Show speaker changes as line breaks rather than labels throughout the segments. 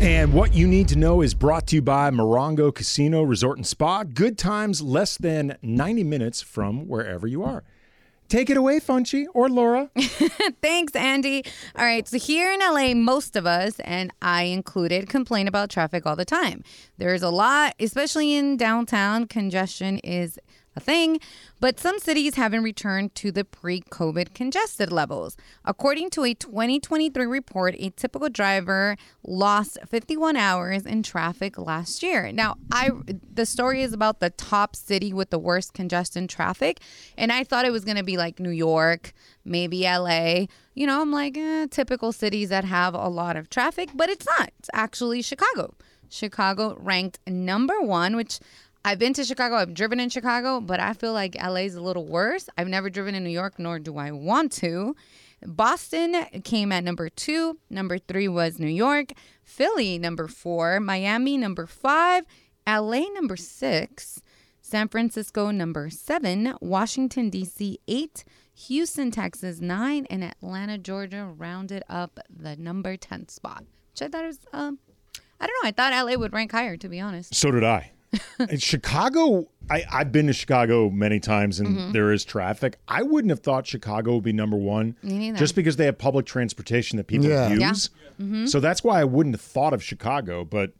And what you need to know is brought to you by Morongo Casino Resort and Spa. Good times less than 90 minutes from wherever you are. Take it away, Funchy or Laura.
Thanks, Andy. All right, so here in LA, most of us, and I included, complain about traffic all the time. There's a lot, especially in downtown, congestion is a thing, but some cities haven't returned to the pre COVID congested levels. According to a 2023 report, a typical driver lost 51 hours in traffic last year. Now, I the story is about the top city with the worst congestion traffic, and I thought it was going to be like New York, maybe LA. You know, I'm like eh, typical cities that have a lot of traffic, but it's not. It's actually Chicago. Chicago ranked number one, which I've been to Chicago. I've driven in Chicago, but I feel like LA's a little worse. I've never driven in New York, nor do I want to. Boston came at number two. Number three was New York. Philly, number four. Miami, number five. LA, number six. San Francisco, number seven. Washington, D.C., eight. Houston, Texas, nine. And Atlanta, Georgia rounded up the number 10 spot, which I thought was, um, I don't know. I thought LA would rank higher, to be honest.
So did I. In Chicago, I, I've been to Chicago many times and there is traffic. I wouldn't have thought Chicago would be number one
Me neither.
just because they have public transportation that people
Yeah.
Yeah.
use. So that's why I wouldn't have thought of Chicago. But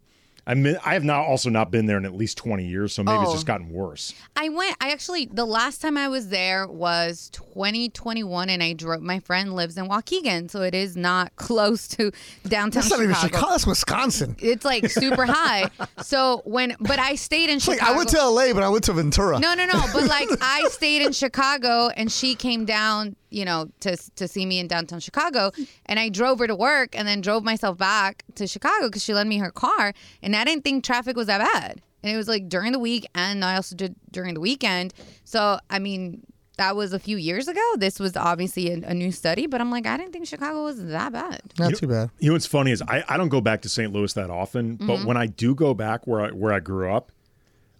I mean, I have not also not been there in at least 20 years. So maybe it's
Oh.
just gotten worse.
I went. I actually the last time I was there was 2021, and I drove. My friend lives in Waukegan, so it is not close to downtown
That's not
Chicago.
even Chicago. That's Wisconsin.
It's like super high. So when, but I stayed in
It's like
Chicago.
I went to LA, but I went to Ventura.
No, no, no. But like I stayed in Chicago, and she came down, you know, to to see me in downtown Chicago, and I drove her to work, and then drove myself back to Chicago because she lent me her car, and I didn't think traffic was that bad, and it was like during the week, and I also did during the weekend. So I mean. That was a few years ago. This was obviously a, a new study, but I'm like, I didn't think Chicago was that bad.
Not too bad.
You know what's funny is I, I don't go back to St. Louis that often,
Mm-hmm.
but when I do go back where I, where I grew up,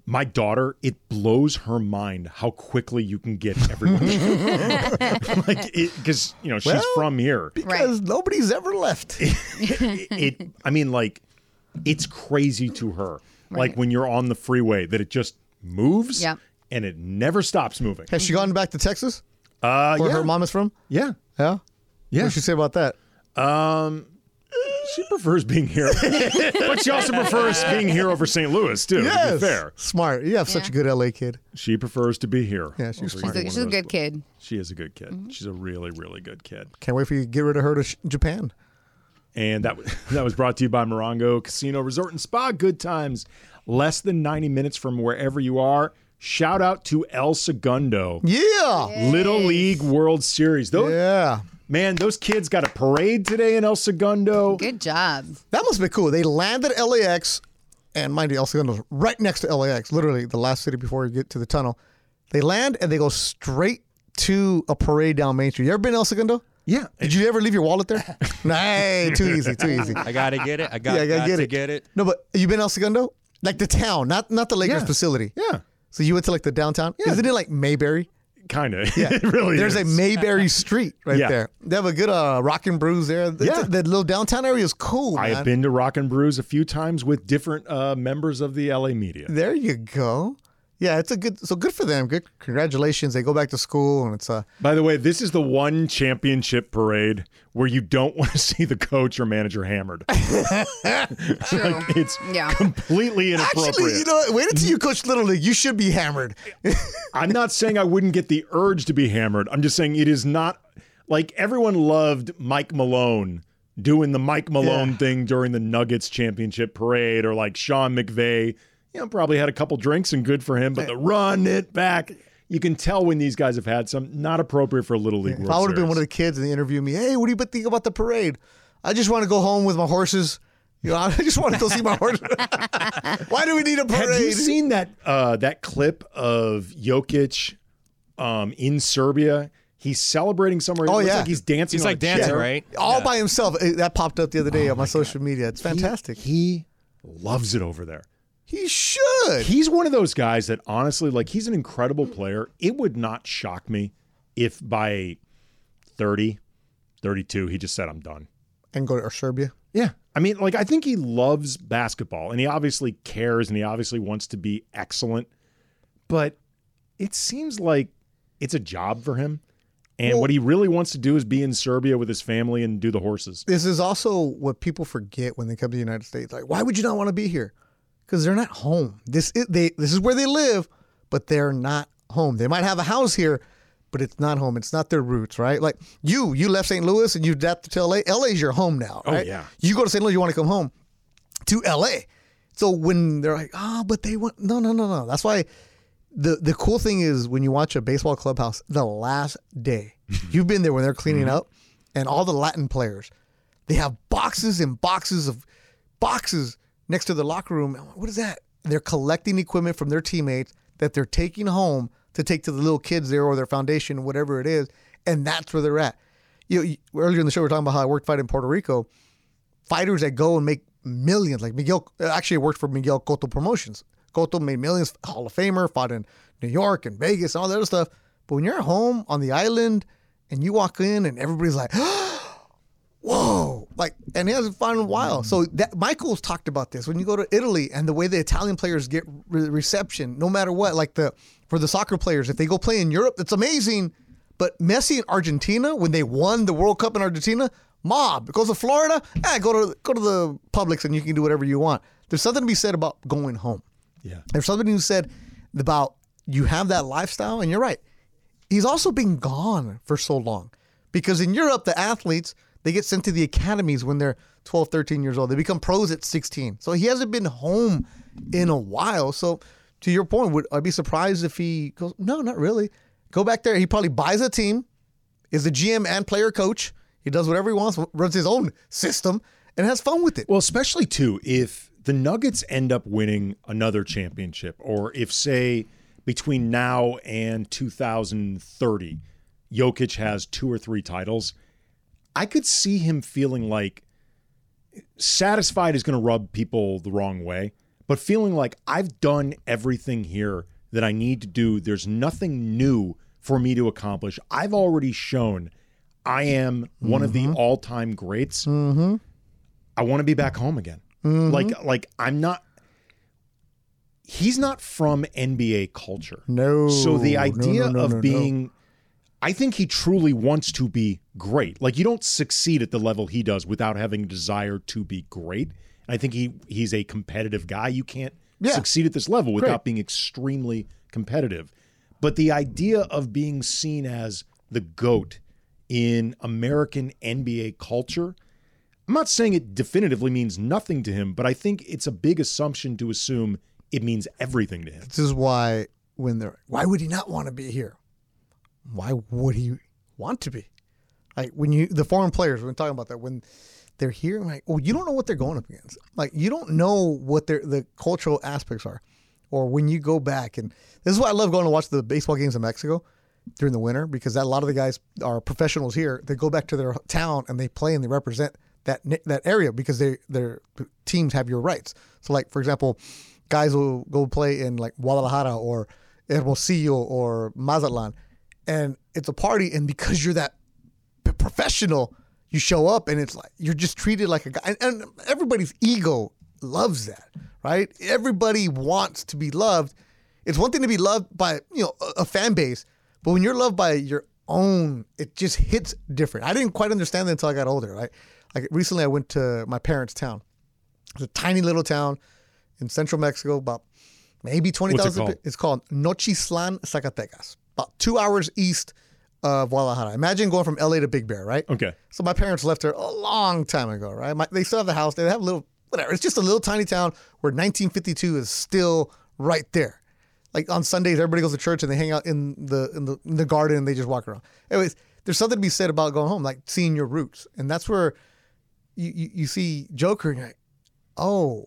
my daughter, it blows her mind how quickly you can get everywhere. like because you know she's
Well,
from here.
Because nobody's ever left.
It, it- I mean, like it's crazy to her. Like when you're on the freeway, that it just moves
Yep.
and it never stops moving.
Has she gone back to Texas?
Uh,
Where
yeah,
her mom is from?
yeah.
Yeah.
Yeah.
What did she say about that?
She prefers being here, but she also prefers being here over St. Louis too. To be fair,
Smart. You have such a good LA kid.
She prefers to be here.
Yeah, she's
over
smart.
She's a,
either one
she's
of
a
those
good
pla-
kid.
She is a good kid.
Mm-hmm.
She's a really, really good kid.
Can't wait for you to get rid of her to sh- Japan.
And that was, that was brought to you by Morongo Casino Resort and Spa. Good times, less than ninety minutes from wherever you are. Shout out to El Segundo,
Yeah.
Little League World Series. Those
Yeah.
man, those kids got a parade today in El Segundo.
Good job.
That must be cool. They landed at LAX, and mind you, El Segundo's right next to LAX, literally the last city before you get to the tunnel. They land and they go straight to a parade down Main Street. You ever been to El Segundo?
Yeah,
Did you ever leave your wallet there? nah, too easy, too easy.
I gotta get it. I got,
yeah, I gotta
got
get
to
it.
get it.
No, but you been to El Segundo? Like the town, not not the Lakers
Yeah.
facility.
yeah,
So you went to like the downtown. Isn't it like Mayberry?
kind of. Oh, Yeah, it really.
There's
is.
a Mayberry Street right
Yeah.
there. They have a good uh, rock and brews there. The,
Yeah.
the little downtown area is cool.
I have
man.
been to Rock and Brews a few times with different uh, members of the LA media.
There you go. Yeah, it's a good. So good for them. Good congratulations. They go back to school, and it's uh, a
By the way, this is the one championship parade where you don't want to see the coach or manager hammered.
True.
It's
Yeah.
completely inappropriate.
actually. You know, what? wait until you coach Little League. You should be hammered.
I'm not saying I wouldn't get the urge to be hammered. I'm just saying it is not like everyone loved Mike Malone doing the Mike Malone
Yeah.
thing during the Nuggets championship parade or like Sean McVay, you know, probably had a couple drinks and good for him, but the run it back. You can tell when these guys have had some not appropriate for a little league.
If
World
I would have been
Series.
one of the kids and they interviewed me, hey, what do you think about the parade? I just want to go home with my horses. You know, I just want to go see my horses. Why do we need a parade?
Have you seen that uh, that clip of Jokic um, in Serbia? He's celebrating somewhere. It
Oh,
looks
yeah.
like he's dancing.
He's
on
like
a
dancing,
chair.
right?
All by himself. It- that popped up the other day on
Oh
my, social media. It's fantastic. He,
He loves it over there.
should.
He's one of those guys that honestly, like, he's an incredible player. It would not shock me if by 30, 32, he just said, I'm done.
and go to Serbia.
Yeah. I mean, like, I think he loves basketball and he obviously cares and he obviously wants to be excellent, but it seems like it's a job for him. And what he really wants to do is be in Serbia with his family and do the horses.
This is also what people forget when they come to the United States. Like, why would you not want to be here? Because they're not home. This is, they this is where they live, but they're not home. They might have a house here, but it's not home. It's not their roots, right? Like you, you left St. Louis and you adapted to LA. LA's your home now, right?
yeah.
You go to St. Louis, you want to come home to LA. So when they're like, oh, but they want no, no, no, no. That's why the the cool thing is when you watch a baseball clubhouse, the last day you've been there when they're cleaning up, and all the Latin players, they have boxes and boxes of boxes next to the locker room. I'm like, What is that? They're collecting equipment from their teammates that they're taking home to take to the little kids there or their foundation, whatever it is, and that's where they're at. You, you earlier in the show we are talking about how I worked fight in Puerto Rico fighters that go and make millions. Like Miguel uh, actually worked for Miguel Cotto Promotions. Cotto made millions, Hall of Famer, fought in New York and Vegas and all that other stuff. But when you're at home on the island and you walk in and everybody's like, whoa, like, and it hasn't fun in a while. So that Michael's talked about this when you go to Italy and the way the Italian players get re- reception, no matter what, like the for the soccer players, if they go play in Europe, that's amazing. But Messi in Argentina, when they won the World Cup in Argentina, mob It goes to Florida, eh, go to go to the Publix and you can do whatever you want. There's something to be said about going home.
Yeah.
There's something you said about you have that lifestyle, and you're right. He's also been gone for so long because in Europe, the athletes, they get sent to the academies when they're 12, 13 years old. They become pros at 16. So he hasn't been home in a while. So to your point, would I be surprised if he goes, no, not really. Go back there. He probably buys a team, is the GM and player coach. He does whatever he wants, runs his own system, and has fun with it.
Well, especially too, if the Nuggets end up winning another championship, or if say between now and 2030, Jokic has two or three titles, I could see him feeling like satisfied is going to rub people the wrong way, but feeling like I've done everything here that I need to do. There's nothing new for me to accomplish. I've already shown I am one of the
Mm-hmm.
all-time greats. I want to be back home again.
Mm-hmm.
Like like I'm not he's not from NBA culture.
No,
So the
no, no,
idea
no,
of
no, no.
being I think he truly wants to be great. Like you don't succeed at the level he does without having a desire to be great. And I think he he's a competitive guy. You can't
Yeah.
succeed at this level without being extremely competitive. But the idea of being seen as the goat in American NBA culture I'm not saying it definitively means nothing to him, but I think it's a big assumption to assume it means everything to him.
This is why when they're why would he not want to be here? Why would he want to be? Like when you the foreign players, we've been talking about that. When they're here, I'm like, well, you don't know what they're going up against. Like you don't know what their the cultural aspects are. Or when you go back and this is why I love going to watch the baseball games in Mexico during the winter because that, a lot of the guys are professionals here. They go back to their town and they play and they represent that ni- that area because they their teams have your rights. So like for example, guys will go play in like Guadalajara or Hermosillo or Mazatlan, and it's a party. And because you're that p- professional, you show up and it's like you're just treated like a guy. And, and everybody's ego loves that, right? Everybody wants to be loved. It's one thing to be loved by you know a, a fan base, but when you're loved by your own, it just hits different. I didn't quite understand that until I got older. Right, like recently I went to my parents' town. It's a tiny little town in central Mexico, about maybe twenty thousand.
called?
It's called Nochislan, Zacatecas, about two hours east of Guadalajara. Imagine going from LA to Big Bear, right?
Okay.
So my parents left there a long time ago, right? My, they still have the house. They have a little, whatever. It's just a little tiny town where 1952 is still right there. Like on Sundays, everybody goes to church and they hang out in the in the, in the garden and they just walk around. Anyways, there's something to be said about going home, like seeing your roots, and that's where you you, you see Joker and you're like, oh,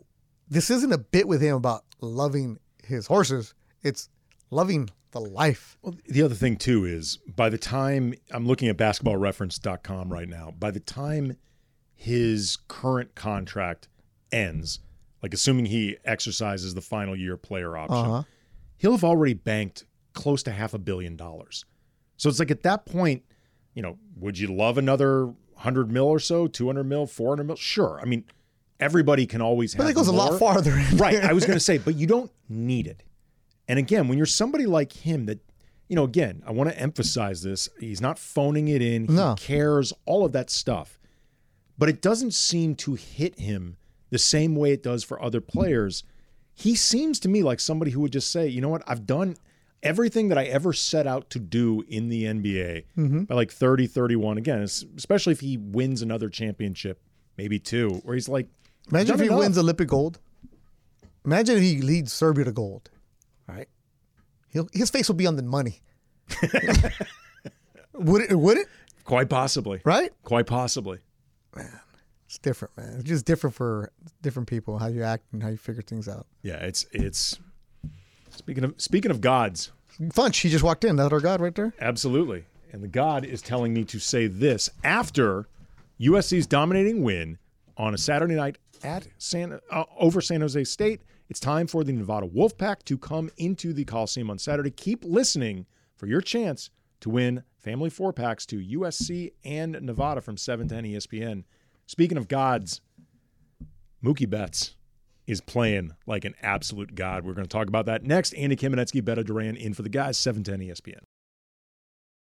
this isn't a bit with him about loving his horses. It's loving the life.
Well, the other thing too is by the time I'm looking at basketballreference.com right now, by the time his current contract ends, like assuming he exercises the final year player option,
Uh-huh.
he'll have already banked close to half a billion dollars. So it's like at that point, you know, would you love another 100 mil or so, 200 mil, 400 mil? Sure. I mean, everybody can always
But
have
it goes a lot
more.
farther.
Right. I was going to say, but you don't need it. And again, when you're somebody like him that, you know, again, I want to emphasize this. He's not phoning it in. He
No.
cares, all of that stuff. But it doesn't seem to hit him the same way it does for other players. He seems to me like somebody who would just say, you know what, I've done everything that I ever set out to do in the NBA
Mm-hmm.
by like 30, 31. Again, es- especially if he wins another championship, maybe two, where he's like,
Imagine if
done
he
enough.
wins Olympic gold. Imagine if he leads Serbia to gold. All right. He'll, his face will be on the money. would it? Would it?
Quite possibly.
Right?
Quite possibly.
It's different, man. It's just different for different people, how you act and how you figure things out.
Yeah, it's it's speaking of speaking of gods,
Funch, he just walked in. That's our god right there.
absolutely. And the god is telling me to say this after USC's dominating win on a Saturday night at San uh, over San Jose State. It's time for the Nevada Wolfpack to come into the Coliseum on Saturday. Keep listening for your chance to win family four packs to USC and Nevada from 7 to E 10 ESPN. Speaking of gods, Mookie Betts is playing like an absolute god. We're going to talk about that next. Andy Kamenetsky, Beta Duran, in for the guys, 710 ESPN.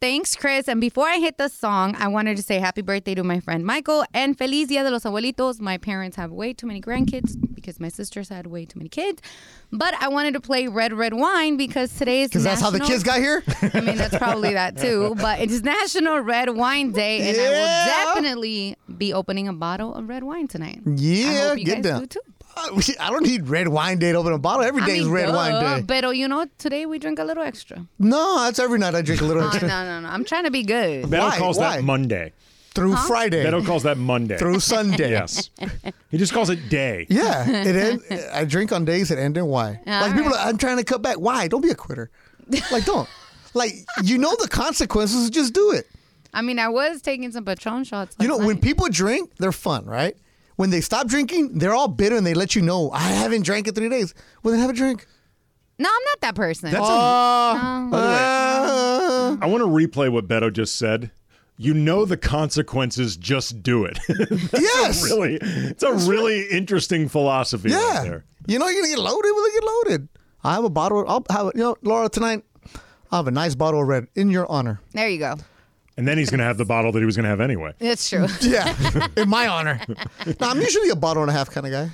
Thanks, Chris. And before I hit the song, I wanted to say happy birthday to my friend Michael and Feliz Dia de los Abuelitos. My parents have way too many grandkids because my sisters had way too many kids. But I wanted to play Red Red Wine because today is
Because that's how the
National-
kids got here.
I mean, that's probably that too. But it's National Red Wine Day, and I will definitely be opening a bottle of red wine tonight. I
yeah,
hope you
get
guys
down.
do too.
Uh, I don't need red wine day to open a bottle. Every
I
day is
mean,
red
duh,
wine day.
But you know, today we drink a little extra.
No, that's every night I drink a little
Oh, no,
extra
no, no. I'm trying to be good.
Beto
Why?
calls
Why?
that Monday.
through Friday,
Beto calls that Monday.
through Sunday.
yes. He just calls it day.
Yeah, it end, I drink on days that end in Y. like people, are, I'm trying to cut back. Why? Don't be a quitter. Like don't. Like you know the consequences, just do it.
I mean, I was taking some Patron shots.
You know,
last
when
night.
people drink, they're fun, right? When they stop drinking, they're all bitter and they let you know, I haven't drank in three days. Well, then have a drink.
No, I'm not that person.
That's
Oh.
uh,
Uh,
a, I want to replay what Beto just said. You know the consequences, just do it.
yes.
really, it's a really interesting philosophy. right
Yeah.
there.
You know, you're going to get loaded when they get loaded. I have a bottle. I'll have, you know, Laura, tonight, I'll have a nice bottle of red in your honor.
there you go.
And then he's going to have the bottle that he was going to have anyway.
That's true.
Yeah. in my honor. Now, I'm usually a bottle and a half kind of guy.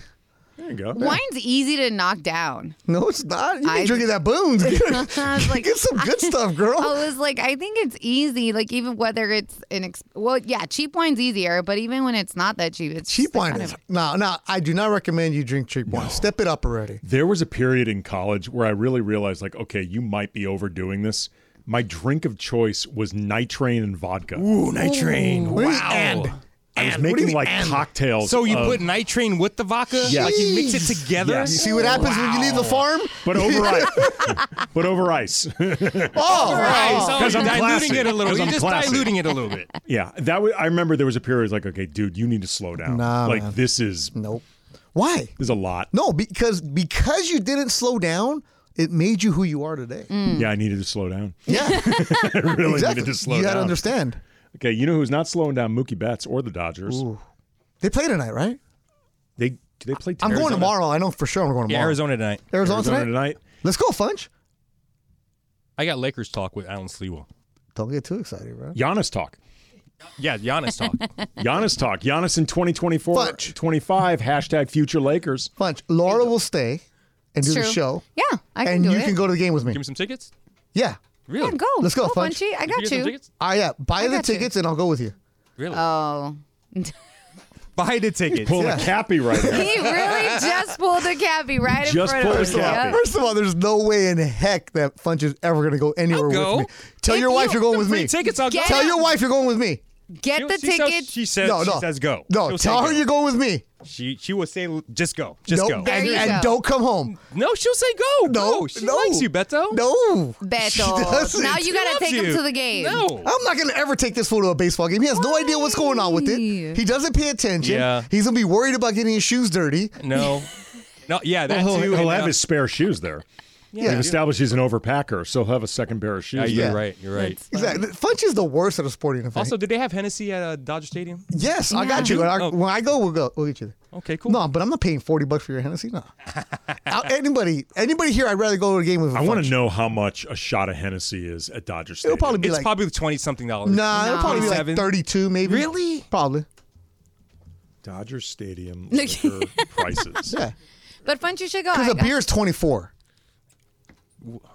There you go.
Wine's easy to knock down.
No, it's not. You've been
I-
drinking that Boone's. Get,
I was like,
get some good stuff, girl.
I was like, I think it's easy. Like even whether it's an ex- well, yeah, cheap wine's easier, but even when it's not that cheap, it's
cheap
just
wine
kind
is.
of-
No, no, I do not recommend you drink cheap wine. Step it up already.
There was a period in college where I really realized, like, okay, you might be overdoing this. My drink of choice was nitrate and vodka.
Ooh,
What
nitrate.
do you mean,
Wow.
and?
I was
and- what do you
making
mean,
like
and?
cocktails.
So you
of-
put nitrate with the vodka?
Yeah.
Like you mix it together?
Yeah. You
You see what happens when you leave the farm?
but over ice. but over ice.
Oh,
Right. So
'Cause
you're
I'm
diluting
classy.
it a little.
'Cause
You're
I'm
just
classy.
diluting it a little bit.
yeah, that was, I remember there was a period. Where I was like, okay, dude, you need to slow down.
Nah,
like
man.
this is this
Nope. Why?
is a lot.
No, because because you didn't slow down, it made you who you are today.
Mm.
Hmm.
Yeah, I needed to slow down.
Yeah,
I really
exactly.
needed to slow
you
down.
gotta understand.
Okay, you know who's not slowing down? Mookie Betts or the Dodgers.
They play tonight, right?
They do they play.
I'm going
Arizona-
tomorrow. I know for sure I'm going
Yeah,
tomorrow.
Arizona tonight.
Arizona,
Arizona
tonight?
tonight.
Let's go, Funch.
I got Lakers talk with Alan Sliwa.
Don't get too excited, bro.
Giannis talk.
Yeah, Giannis talk.
Giannis talk. Giannis in 2024,
Fudge.
25, hashtag future Lakers.
Funch, Laura will stay and do
It's
the
true.
show.
Yeah, I can
and
do
you
it.
can go to the game with
Give
me.
me some tickets.
Yeah.
Really?
Yeah, go.
Let's go,
Go,
Funch.
Bunchy. I got
You get
you.
some tickets?
I yeah. Buy the
got you.
tickets and I'll go with you.
Really?
Oh,
Buy the tickets.
Pulling a cappy right now.
he really just pulled a cappy right in
Just
front of
pulled a
us.
cappy.
Yep.
First of all, there's no way in heck that Funch is ever gonna go anywhere
go.
with me. Tell
If
your wife
you-
you're going
Some
with
free
me.
tickets. I'll go.
Get
Tell
out.
your wife you're going with me.
Get the
She says-
tickets.
she says.
no, no.
She says go.
No,
She'll
tell
say
her
go.
you're going with me.
She she will say just go. Just
Nope.
go.
There
And,
you
and
go.
don't come home.
No, she'll say go.
No,
No, she
no.
likes you, Beto.
No. She
Beto.
doesn't.
Now you gotta
loves
take
you.
him to the game. Oh,
No.
I'm not gonna ever take this fool to a baseball game. He has no idea what's going on with it.
Why?
He doesn't pay attention.
Yeah.
He's gonna be worried about getting his shoes dirty.
No. No. Yeah, that
He'll,
too.
he'll
and,
have
uh,
his spare shoes there.
Yeah.
They've established he's an overpacker, so he'll have a second pair of
Yeah,
shoes.
you're
Yeah.
right. You're right.
Exactly. Funch is the worst at a sporting event.
Also, did they have Hennessy at uh, Dodger Stadium?
yes, I got you. When I,
Oh.
when I go, we'll go. We'll get you there.
Okay, cool.
No, but I'm not paying forty bucks for your Hennessy. No. I- anybody, anybody here? I'd rather go to a game with.
I want
Funch.
to know how much a shot of Hennessy is at Dodger Stadium.
It'll probably be
it's
like
probably twenty something dollars.
nah. It'll probably be like
27.
thirty-two, maybe.
Really?
Probably.
Dodger Stadium liquor prices.
Yeah.
But Funch, you should go.
Because
I
a
got-
beer is twenty-four.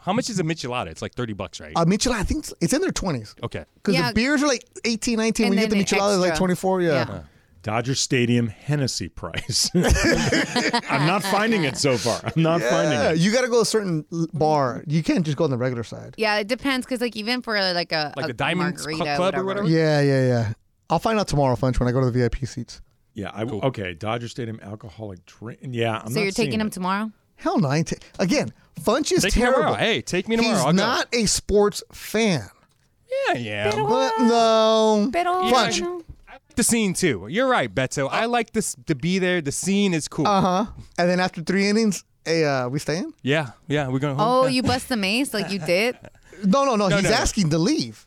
How much is a michelada? It's like thirty bucks, right?
A michelada, I think it's, it's in their twenties.
okay.
Because
Yeah.
the beers are like 18, 19.
And
When you get
then
the
the
michelada, it's like
extra.
twenty-four. Yeah.
Yeah.
Dodger Stadium Hennessy price. I'm not finding it so far. I'm not
Yeah,
finding it.
you got to go to a certain l- bar. You can't just go on the regular side.
Yeah, it depends because like even for like a
Like
a
the Diamonds Cl-
margarita,
Club or whatever?
Yeah, yeah, yeah. I'll find out tomorrow, Funch, when I go to the VIP seats.
Yeah, I, okay. Dodger Stadium alcoholic drink. Yeah, I'm
So
not
you're taking
seeing
him
it.
tomorrow?
Hell no. I ain't ta- Again, Funch is
Take me
terrible.
tomorrow. Hey, take me tomorrow.
He's
I'll go.
not a sports fan.
Yeah, yeah. I
But no.
Pero-
Funch.
No.
like the scene too. You're right, Beto. I like this to be there. The scene is cool.
Uh huh. And then after three innings, hey, uh, we staying?
yeah, yeah. We're going home.
Oh, you bust the mace like you did?
No, no, no.
No,
he's
no, no.
asking to leave.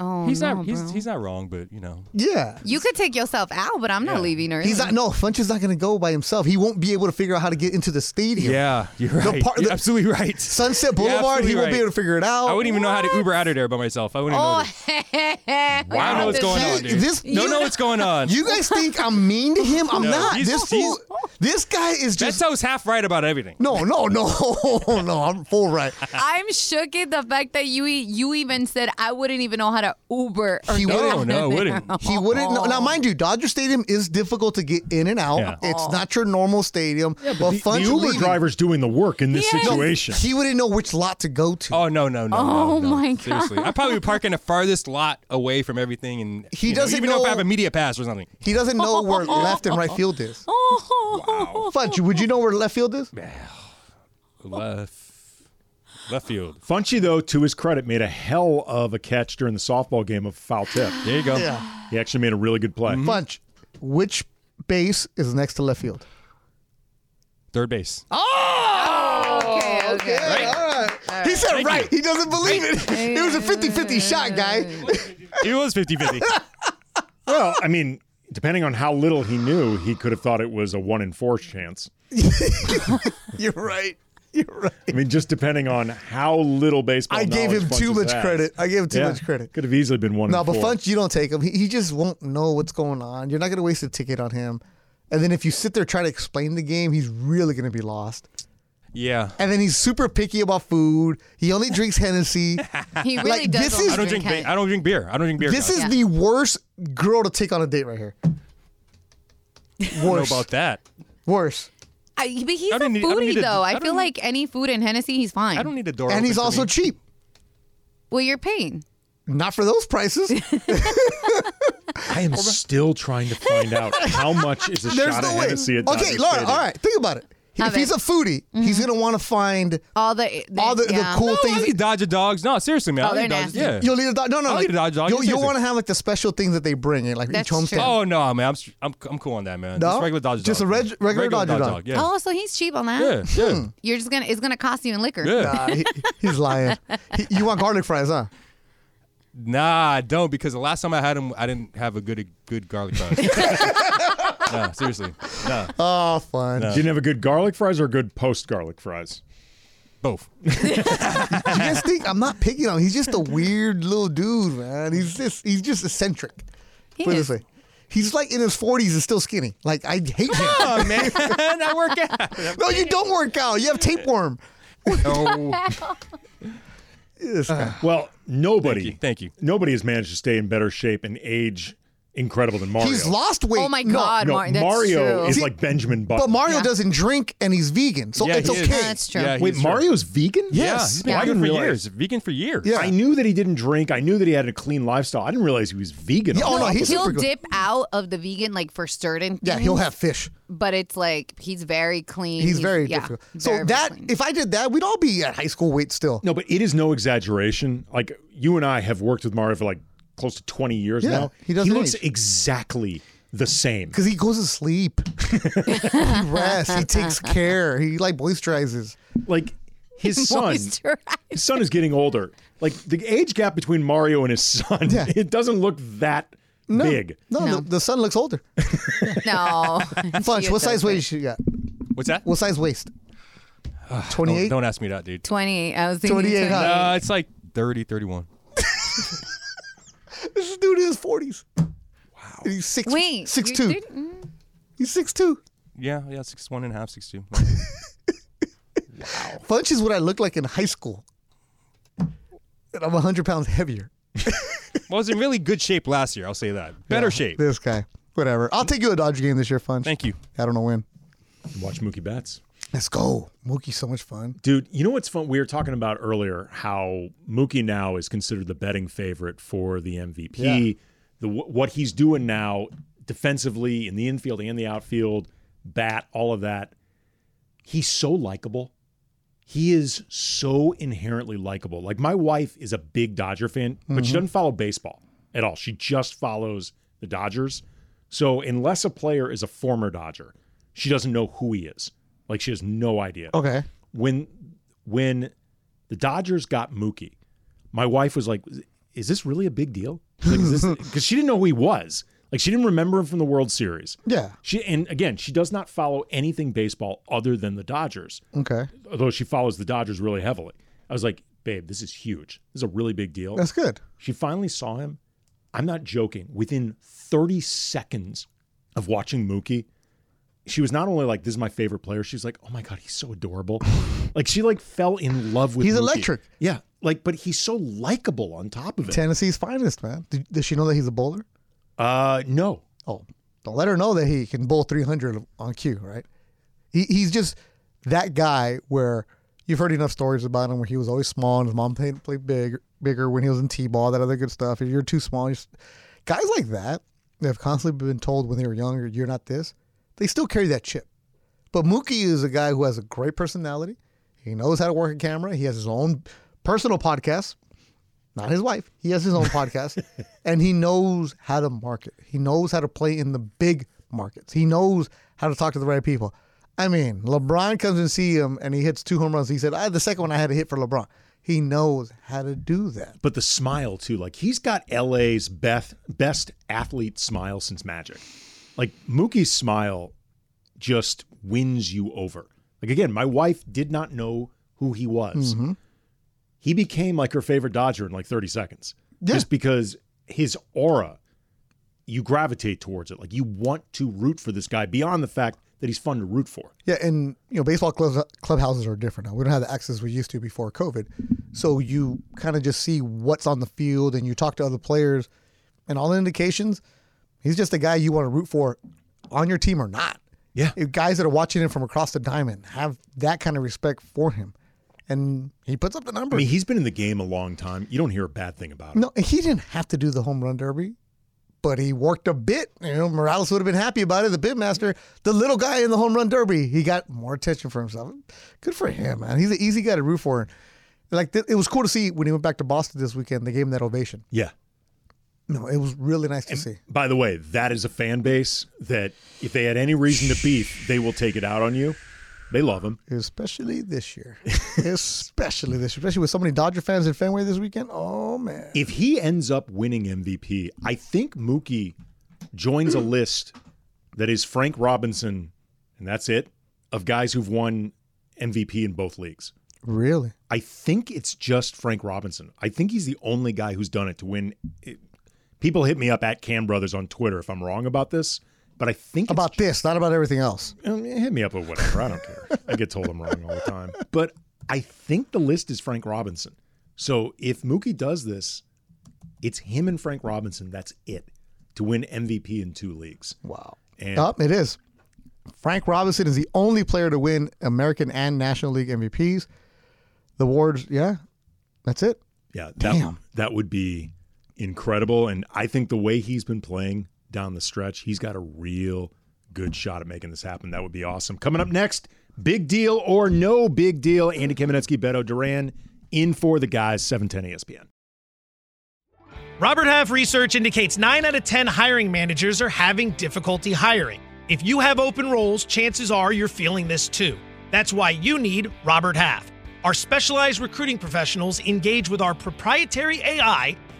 Oh,
He's
no,
not. He's,
bro.
he's not wrong, but you know.
Yeah.
You could take yourself out, but I'm not leaving early.
He's not. No, Funch is not going to go by himself. He won't be able to figure out how to get into the stadium.
Yeah, you're right.
par-
you're
the-
absolutely right.
Sunset
You're
Boulevard, he
absolutely
won't be
right.
able to figure it out.
I wouldn't even know how to Uber out of there by myself. I wouldn't
Oh,
know. I don't know what's going on, dude.
This-
Don't know what's going on.
You guys think I'm mean to him? I'm
No,
not.
he's-
This fool, this guy is just
Beto's half right about everything.
no, no, no, no. I'm full right.
I'm shook at the fact that you e- you even said I wouldn't even know how to Uber. Or
He
get
wouldn't.
out of
No,
there."
wouldn't.
He wouldn't. know. Now, mind you, Dodger Stadium is difficult to get in and out.
Yeah.
It's not your normal stadium. but
The, the
Funch
Uber
leaving,
driver's doing the work in this
Yeah. No,
situation.
He wouldn't know which lot to go to.
Oh no no no!
Oh,
no, no.
my God.
Seriously, I probably would park in the farthest lot away from everything, and
He
you
doesn't
even know if
know-
I have a media pass or something.
He doesn't know where left and right field is.
Oh,
Funch, would you know where left field is?
Left. Left field.
Funchy, though, to his credit, made a hell of a catch during the softball game of foul tip.
There you go. Mm-hmm.
He actually made a really good play.
Bunch. Mm-hmm. Which base is next to left field?
Third base.
Oh.
Okay, okay.
He said right. He doesn't believe it. It was a 50-50 shot, guy.
It was 50 50.
Well, I mean, depending on how little he knew, he could have thought it was a one in four chance.
You're right. You're right.
I mean, just depending on how little baseball.
I gave
knowledge
him too
Funches
much
has.
credit. I gave him too much credit.
Could have easily been one.
No,
in
but
four.
Funch, you don't take him. He, he just won't know what's going on. You're not going to waste a ticket on him. And then if you sit there trying to explain the game, he's really going to be lost.
Yeah.
And then he's super picky about food. He only drinks Hennessy.
He really
Like,
does.
this
only
is-
I don't drink.
Henny.
Ba- I don't drink beer. I don't drink beer.
this
Josh.
is the worst girl to take on a date right here.
I don't know
Worse.
about that.
Worse.
I, but he's
I
a
don't need- I don't
foodie
need to-
though. I,
I don't
feel
need-
like any food in Hennessy, he's fine.
I don't need a door.
And
open
he's
for
also
me.
cheap.
well, you're paying.
Not for those prices.
I am still trying to find out how much is a
There's
shot
no
of
way.
Hennessy at
Okay,
Dodger
Laura,
Stadium.
all right. Think about it. if
Have
he's
it. Mm-hmm.
a foodie, he's going to want to find
All the, the
all the,
yeah.
the cool
No, I
things.
eat Dodger dogs. No, seriously, man.
Oh,
I
they're
eat Dodger-
nasty.
Yeah.
You'll need a dog. No, no.
I'll
like,
eat a dog, dog.
You'll,
Yes,
you'll
yes,
want to have like the special things that they bring in, like
That's
each
true.
homestand.
Oh no, man! I'm str- I'm I'm cool on that, man.
No?
just regular Dodger
Just
dog.
a reg- regular Dodger dog.
Yeah.
Oh, so he's cheap on that.
Yeah, yeah,
You're just gonna. It's gonna cost you in liquor.
yeah.
Nah, he- he's lying. He- you want garlic fries, huh?
Nah, I don't because the last time I had him, I didn't have a good good garlic fries. nah, seriously, nah,
Oh, fun.
You didn't have a good garlic fries or good post garlic fries.
both.
You guys think I'm not picking on him. He's just a weird little dude, man. He's just he's just eccentric.
He
Put it
is.
this way. He's like in his 40s and still skinny. Like I hate him.
Oh man, I work out.
no, you don't work out. You have tapeworm.
No,
This
Uh,
guy.
Well, nobody.
Thank you, thank you.
Nobody has managed to stay in better shape and age incredible than Mario.
He's lost weight.
Oh my
No,
God,
No,
Martin. That's
Mario
true.
is
See,
like Benjamin Button.
But Mario
Yeah.
doesn't drink and he's vegan, so
yeah,
it's
he
okay.
is.
That's true.
Yeah, he
Wait,
is true.
Mario's vegan?
Yeah, he's been
Yeah. I
vegan
didn't
for
realize.
years. Vegan for years.
Yeah.
I knew that he didn't drink. I knew that he had a clean lifestyle. I didn't realize he was vegan.
Yeah, oh, no,
top
he's
of it.
he'll
super good.
dip out of the vegan like for certain.
Yeah, he'll
things,
have fish.
But it's like he's very clean.
He's very
yeah,
difficult.
very,
So
very
that
clean.
if I did that, we'd all be at high school weight still.
No, but it is no exaggeration. Like you and I have worked with Mario for like close to twenty years
Yeah,
now.
he doesn't
looks
age.
exactly the same.
Because he goes to sleep. he rests. He takes care. He like moisturizes.
Like his son,
Moisturizer.
his son is getting older. Like the age gap between Mario and his son,
Yeah.
it doesn't look that
No,
big.
No,
No.
The, the son looks older.
no,
Funch,
Yes,
what size
that's
waist you got?
What's that?
What size waist?
Don't,
28?
don't ask me that, dude.
twenty. I was thinking
28, huh?
Uh, it's like 30, 31.
This dude is 40s. Wow. And he's six,
Wait,
six
you
two.
did- mm,
He's six two.
Yeah, yeah, six one and a half, six two.
Funch is what I looked like in high school. And I'm 100 pounds heavier.
well, I was in really good shape last year. I'll say that. Better shape.
This guy. Whatever. I'll take you to a Dodger game this year, Funch.
Thank you.
I don't know when.
Watch Mookie Betts.
Let's go. Mookie's so much fun.
Dude, you know what's fun? We were talking about earlier how Mookie now is considered the betting favorite for the MVP. The what he's doing now defensively in the infield and the outfield, bat, all of that. He's so likable. He is so inherently likable. Like my wife is a big Dodger fan, but she doesn't follow baseball at all. She just follows the Dodgers. So unless a player is a former Dodger, she doesn't know who he is. Like she has no idea
Okay.
when when the Dodgers got Mookie, my wife was like, "Is this really a big deal?" Because she didn't know who he was. Like she didn't remember him from the World Series.
Yeah.
She and again, she does not follow anything baseball other than the Dodgers,
Okay.
although she follows the Dodgers really heavily. I was like, "Babe, this is huge. This is a really big deal."
That's good.
She finally saw him. I'm not joking. Within 30 seconds of watching Mookie, she was not only like, "This is my favorite player." She's like, "Oh my god, he's so adorable!" like she like fell in love with.
He's
Mookie.
electric.
Yeah, like, but he's so likable on top of it.
Tennessee's finest, man. Did, does she know that he's a bowler?
uh, no,
Oh, don't let her know that he can bowl 300 on cue, right? He, he's just that guy where you've heard enough stories about him where he was always small and his mom played, played big, bigger when he was in T-ball, that other good stuff. If you're too small, you're, s- guys like that that have constantly been told when they were younger, you're not this, they still carry that chip. But Mookie is a guy who has a great personality. He knows how to work a camera. He has his own personal podcast, not his wife. He has his own podcast, and he knows how to market. He knows how to play in the big markets. He knows how to talk to the right people. I mean, LeBron comes and see him, and he hits two home runs. He said, "I the second one I had to hit for LeBron." He knows how to do that.
But the smile too, like he's got LA's best best athlete smile since Magic. Like Mookie's smile just wins you over. Like again, my wife did not know who he was.
Mm-hmm.
He became like her favorite Dodger in like 30 seconds.
Yeah.
Just because his aura, you gravitate towards it. Like you want to root for this guy beyond the fact that he's fun to root for.
Yeah, and you know, baseball clubs, clubhouses are different now. We don't have the access we used to before COVID, so you kind of just see what's on the field, and you talk to other players, and all indications, he's just a guy you want to root for, on your team or not.
Yeah.
If guys that are watching him from across the diamond have that kind of respect for him, and he puts up the
I
numbers.
mean, he's been in the game a long time. You don't hear a bad thing about him.
No, he didn't have to do the home run derby, but he worked a bit. You know, Morales would have been happy about it. The bit master, the little guy in the home run derby, he got more attention for himself. Good for him, man. He's an easy guy to root for. Like th- it was cool to see when he went back to Boston this weekend. They gave him that ovation.
Yeah.
No, it was really nice to see.
By the way, that is a fan base that if they had any reason to beef, they will take it out on you. They love him.
Especially this year, especially this, year. especially with so many Dodger fans in Fenway this weekend. Oh man,
If he ends up winning MVP, I think Mookie joins a list that is Frank Robinson, and that's it, of guys who've won MVP in both leagues.
really?
I think it's just Frank Robinson. I think he's the only guy who's done it to win. It, people hit me up at Cam Brothers on Twitter if I'm wrong about this, but I think it's
About this, not about everything else.
Um, hit me up with whatever. I don't care. I get told I'm wrong all the time. But I think the list is Frank Robinson. So if Mookie does this, it's him and Frank Robinson. That's it to win MVP in two leagues.
Wow.
And
Yup, it is. Frank Robinson is the only player to win American and National League MVPs. The awards, yeah, that's it.
yeah, that,
Damn.
that would be incredible. And I think the way he's been playing down the stretch, he's got a real good shot at making this happen. That would be awesome. Coming up next, big deal or no big deal. Andy Kamenetsky, Beto Duran in for the guys, E 710 ESPN.
Robert Half research indicates 9 out of 10 hiring managers are having difficulty hiring. If you have open roles, chances are you're feeling this too. That's why you need Robert Half. Our specialized recruiting professionals engage with our proprietary AI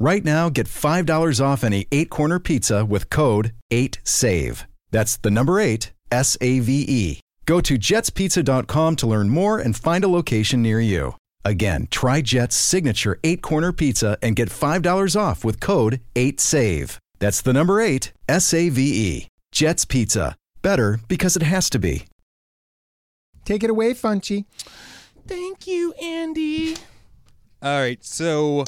Right now, get $5 off any eight corner pizza with code 8SAVE. That's the number eight, S A V E. Go to jetspizza.com to learn more and find a location near you. Again, try Jet's signature eight corner pizza and get $5 off with code 8SAVE. That's the number eight, S A V E. Jet's Pizza. Better because it has to be.
Take it away, Funchy.
Thank you, Andy. All right, so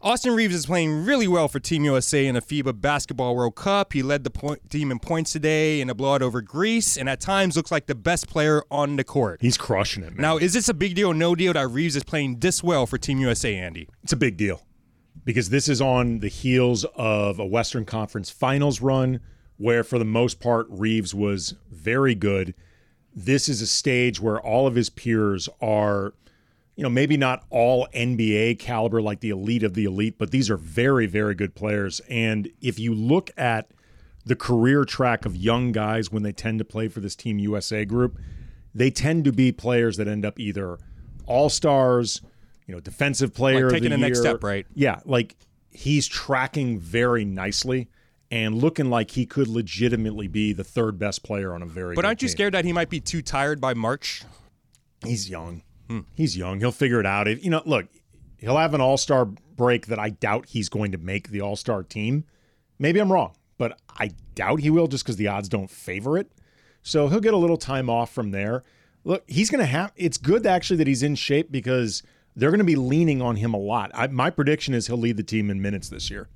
Austin Reeves is playing really well for Team USA in the FIBA Basketball World Cup. He led the point team in points today in a blowout over Greece, and at times looks like the best player on the court.
He's crushing it, man.
Now, is this a big deal, no deal that Reeves is playing this well for Team USA, Andy?
it's a big deal because this is on the heels of a Western Conference finals run where, for the most part, Reeves was very good. This is a stage where all of his peers are, you know, maybe not all NBA caliber like the elite of the elite, but these are very, very good players. And if you look at the career track of young guys when they tend to play for this Team USA group, they tend to be players that end up either all stars, you know, defensive player, of
taking
the
the next
year.
step, right?
Yeah, like he's tracking very nicely and looking like he could legitimately be the third best player on a very.
But
good
aren't you
team.
scared that he might be too tired by March?
He's young. He's young. He'll figure it out. If, you know, look, he'll have an All Star break that I doubt he's going to make the All Star team. Maybe I'm wrong, but I doubt he will, just because the odds don't favor it. So he'll get a little time off from there. Look, he's going to have. It's good actually that he's in shape because they're going to be leaning on him a lot. I, my prediction is he'll lead the team in minutes this year.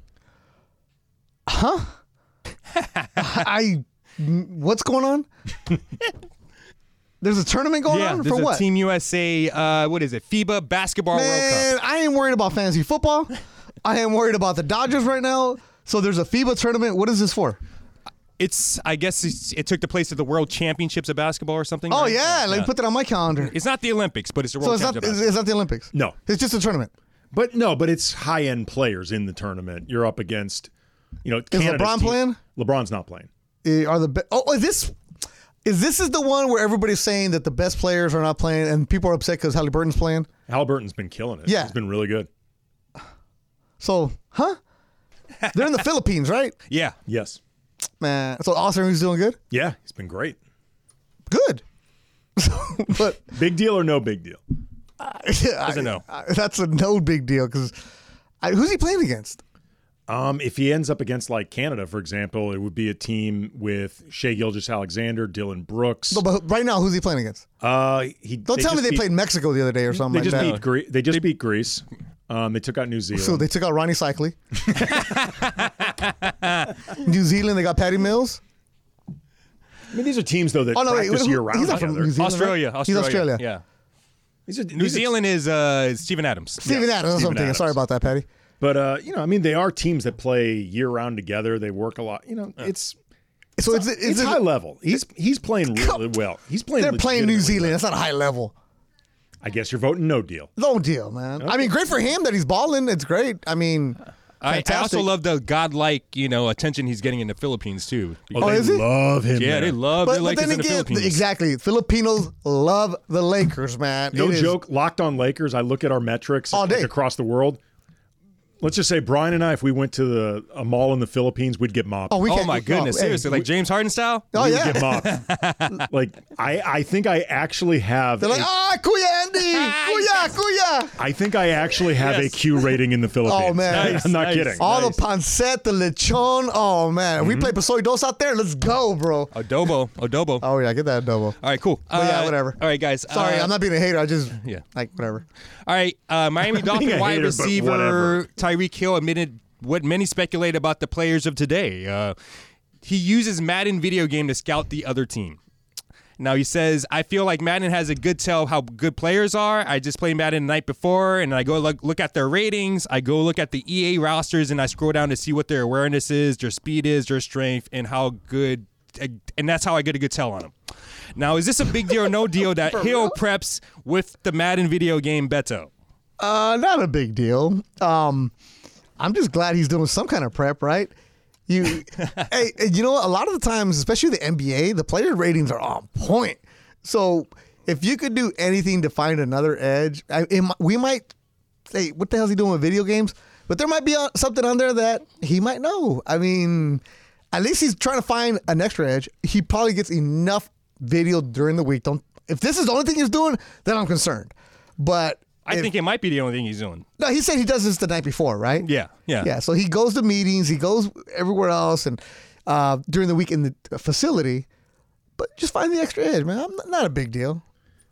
I, what's going on? There's a tournament going
yeah,
on
there's
for
a
what?
Team USA. Uh, what is it? FIBA Basketball World
Man,
Cup.
I ain't worried about fantasy football. I am worried about the Dodgers right now. So there's a FIBA tournament. What is this for?
It's I guess it's, it took the place of the World Championships of basketball or something.
Oh
right?
yeah, let me put that on my calendar.
It's not the Olympics, but it's the
So
World
it's not
Championship.
it's, it's not the Olympics.
No.
it's just a tournament.
But no, but it's high end players in the tournament. You're up against, you know,
Is
Canada's
LeBron
team-
playing?
LeBron's not playing.
Eh, Are the be- oh is this is this is the one where everybody's saying that the best players are not playing and people are upset because Halliburton's playing.
Halliburton's been killing it.
Yeah.
he's been really good.
So huh? They're in the Philippines, right?
yeah,
Yes,
Man, so Austin Reeves doing good.
yeah, he's been great.
Good. but
Big deal or no big deal?
that's
a no.
that's a no big deal because who's he playing against?
Um, if he ends up against like Canada, for example, it would be a team with Shea Gilgis Alexander, Dylan Brooks.
No, but right now, who's he playing against?
Uh, he,
Don't tell me
just
they
beat-
played Mexico the other day or
They
something
just
like that.
beat Gre- They just beat Greece. Um, they took out New Zealand.
So they took out Ronnie Cycli. New Zealand, they got Patty Mills.
I mean, these are teams though that
Oh no, wait,
practice
who-
year round.
he's not from
together.
New Zealand.
Australia,
right?
Australia.
He's Australia.
Yeah,
These are-
New
these are-
Zealand is uh, Stephen Adams.
Steven Adams. That's what I'm
Steven
thinking. Sorry
Adams.
about that, Patty.
But uh, you know, I mean, they are teams that play year round together. They work a lot. You know, it's
So it's
it's,
it's,
high level. He's he's playing really well. He's playing.
they're playing New
legitimately
Zealand. That's not a high level.
well. I guess you're voting no deal.
No deal, man. I mean, great for him that he's balling. It's great. I mean,
I, I also
fantastic.
love the godlike, you know, attention he's getting in the Philippines too.
Oh, they
is he?
love him.
yeah,
there.
they love
But,
their
but
Lakers
then
in the
again,
Philippines.
exactly. Filipinos love the Lakers, man.
No
It is-
joke. Locked on Lakers. I look at our metrics
All
like,
day.
across the world. Let's just say Brian and I, if we went to the a mall in the Philippines, we'd get mobbed.
Oh, we
Oh
can't-
my
oh,
goodness,
hey,
seriously, like James Harden style.
Oh
We would
yeah.
get mobbed. like I, I think I actually have.
They're like,
a-
ah, Kuya Andy, Kuya, Kuya.
I think I actually have a Q rating in the Philippines.
Oh, man.
I'm not
Nice, Mm-hmm.
kidding.
All the pancet, the lechon. Oh man, we play Pasoy Dos out there. Let's go, bro.
Adobo, adobo.
Oh yeah, get that double.
All right, cool.
But yeah,
Uh,
whatever.
All right, guys.
Sorry,
uh,
I'm not being a hater. I just
Yeah.
yeah, like whatever.
All right, uh, Miami Dolphin
a
wide
hater, but
receiver
whatever.
Tyreek Hill admitted what many speculate about the players of today. Uh, he uses Madden video game to scout the other team. Now he says, I feel like Madden has a good tell of how good players are. I just play Madden the night before and I go look, look at their ratings. I go look at the EA rosters and I scroll down to see what their awareness is, their speed is, their strength, and how good. And that's how I get a good tell on them. Now, is this a big deal or no deal that Hill preps with the Madden video game Beto?
Uh, not a big deal. Um, I'm just glad he's doing some kind of prep, right? You, hey, and you know, what? a lot of the times, especially the NBA, the player ratings are on point. So if you could do anything to find another edge, I, it, mi- we might say, "What the hell's he doing with video games?" But there might be uh, something on there that he might know. I mean, at least he's trying to find an extra edge. He probably gets enough video during the week. Don't. If this is the only thing he's doing, then I'm concerned. But
I
if-
think it might be the only thing he's doing.
no, he said he does this the night before, right?
Yeah, yeah.
Yeah. So he goes to meetings, he goes everywhere else, and uh, during the week in the facility. But just find the extra edge, man. I'm not, not a big deal.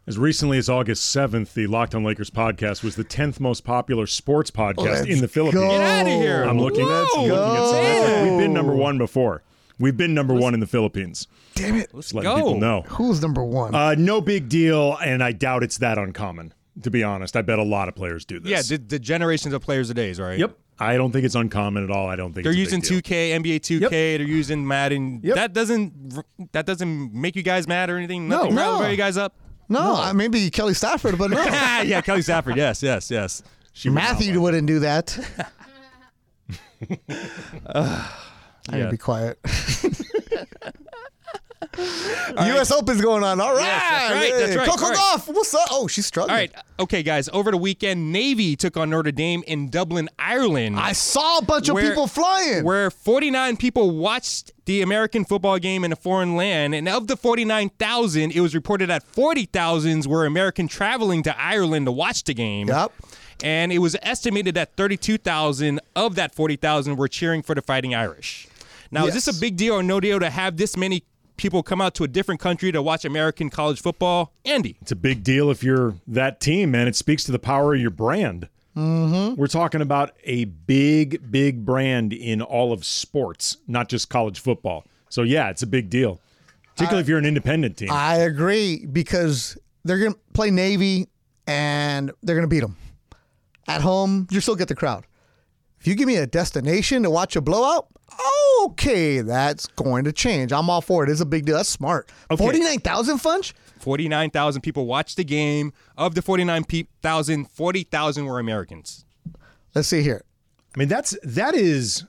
As recently as August 7th, the Locked on Lakers podcast was the 10th most popular sports podcast in the Philippines.
go.
Get out of here.
I'm looking,
Let's
I'm looking at some
go.
We've been number one before. We've been number one in the Philippines.
Damn it.
Just letting
go.
people know.
Who's number one?
Uh, no big deal, and I doubt it's that uncommon, to be honest. I bet a lot of players do this.
Yeah, the, the generations of players today's, right?
yep. I don't think it's uncommon at all. I don't think
They're
it's a
using
big deal.
2K, NBA 2K. They're using Madden.
Yep.
That doesn't that doesn't make you guys mad or anything.
No.
Nothing rile-
No.
rile you guys up.
no, I, maybe Kelly Stafford, but no.
Ah, yeah, Kelly Stafford. Yes, yes, yes.
She would not
Matthew
like-
wouldn't do that. I need
Yeah.
to be quiet. U.S. Open's going on. All right.
that's right, that's
Hey,
right,
Coco
all right.
Golf. What's up? Oh, she's struggling.
All right, okay, guys. Over the weekend, Navy took on Notre Dame in Dublin, Ireland.
I saw a bunch of
where-
people flying.
Where 49 people watched the American football game in a foreign land, and of the 49,000, it was reported that 40,000 were American traveling to Ireland to watch the game.
Yep.
And it was estimated that 32,000 of that 40,000 were cheering for the Fighting Irish. Now, is this
Yes.
a big deal or no deal to have this many people come out to a different country to watch American college football. Andy,
It's a big deal if you're that team, man. It speaks to the power of your brand. Mm-hmm. We're talking about a big, big brand in all of sports, not just college football. So yeah, it's a big deal, particularly if you're an independent team.
I agree because they're going to play Navy and they're going to beat them. At home, you still get the crowd. If you give me a destination to watch a blowout, okay, that's going to change. I'm all for it. It's a big deal. That's smart. 49,000 Funch?
49,000 people watched the game. Of the 49,000, 40,000 were Americans.
Let's see here.
I mean, that's that is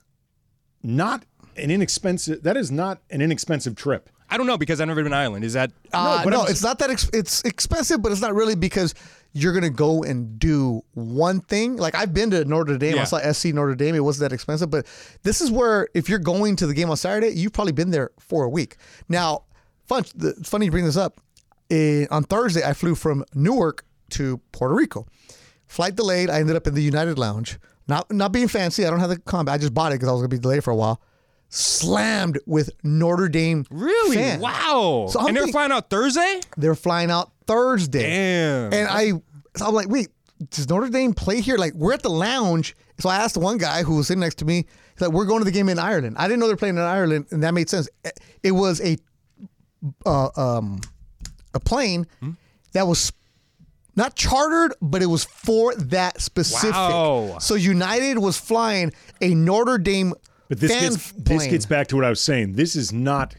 not an inexpensive. That is not an inexpensive trip.
I don't know because I've never been to Ireland. Is that
Uh,
but
no,
I'm-
it's not that ex- it's expensive, but it's not really because you're gonna go and do one thing. Like I've been to Notre Dame.
Yeah.
I saw SC Notre Dame. It wasn't that expensive, but this is where if you're going to the game on Saturday, you've probably been there for a week. Now, fun. The, it's funny you bring this up. Eh, on Thursday, I flew from Newark to Puerto Rico. Flight delayed. I ended up in the United Lounge. Not not being fancy. I don't have the combo. I just bought it because I was gonna be delayed for a while. Slammed with Notre Dame.
really?
fans.
Wow.
So I'm
and they're
think-
flying out Thursday?
They're flying out Thursday.
Damn.
And I, so I'm like, wait, does Notre Dame play here? Like, we're at the lounge. So I asked one guy who was sitting next to me, he's like, we're going to the game in Ireland. I didn't know they're playing in Ireland, and that made sense. It was a, uh, um, a plane
Hmm?
that was not chartered, but it was for that specific.
Wow.
So United was flying a Notre Dame
But this
fan
gets this
plane.
gets back to what I was saying. This is not.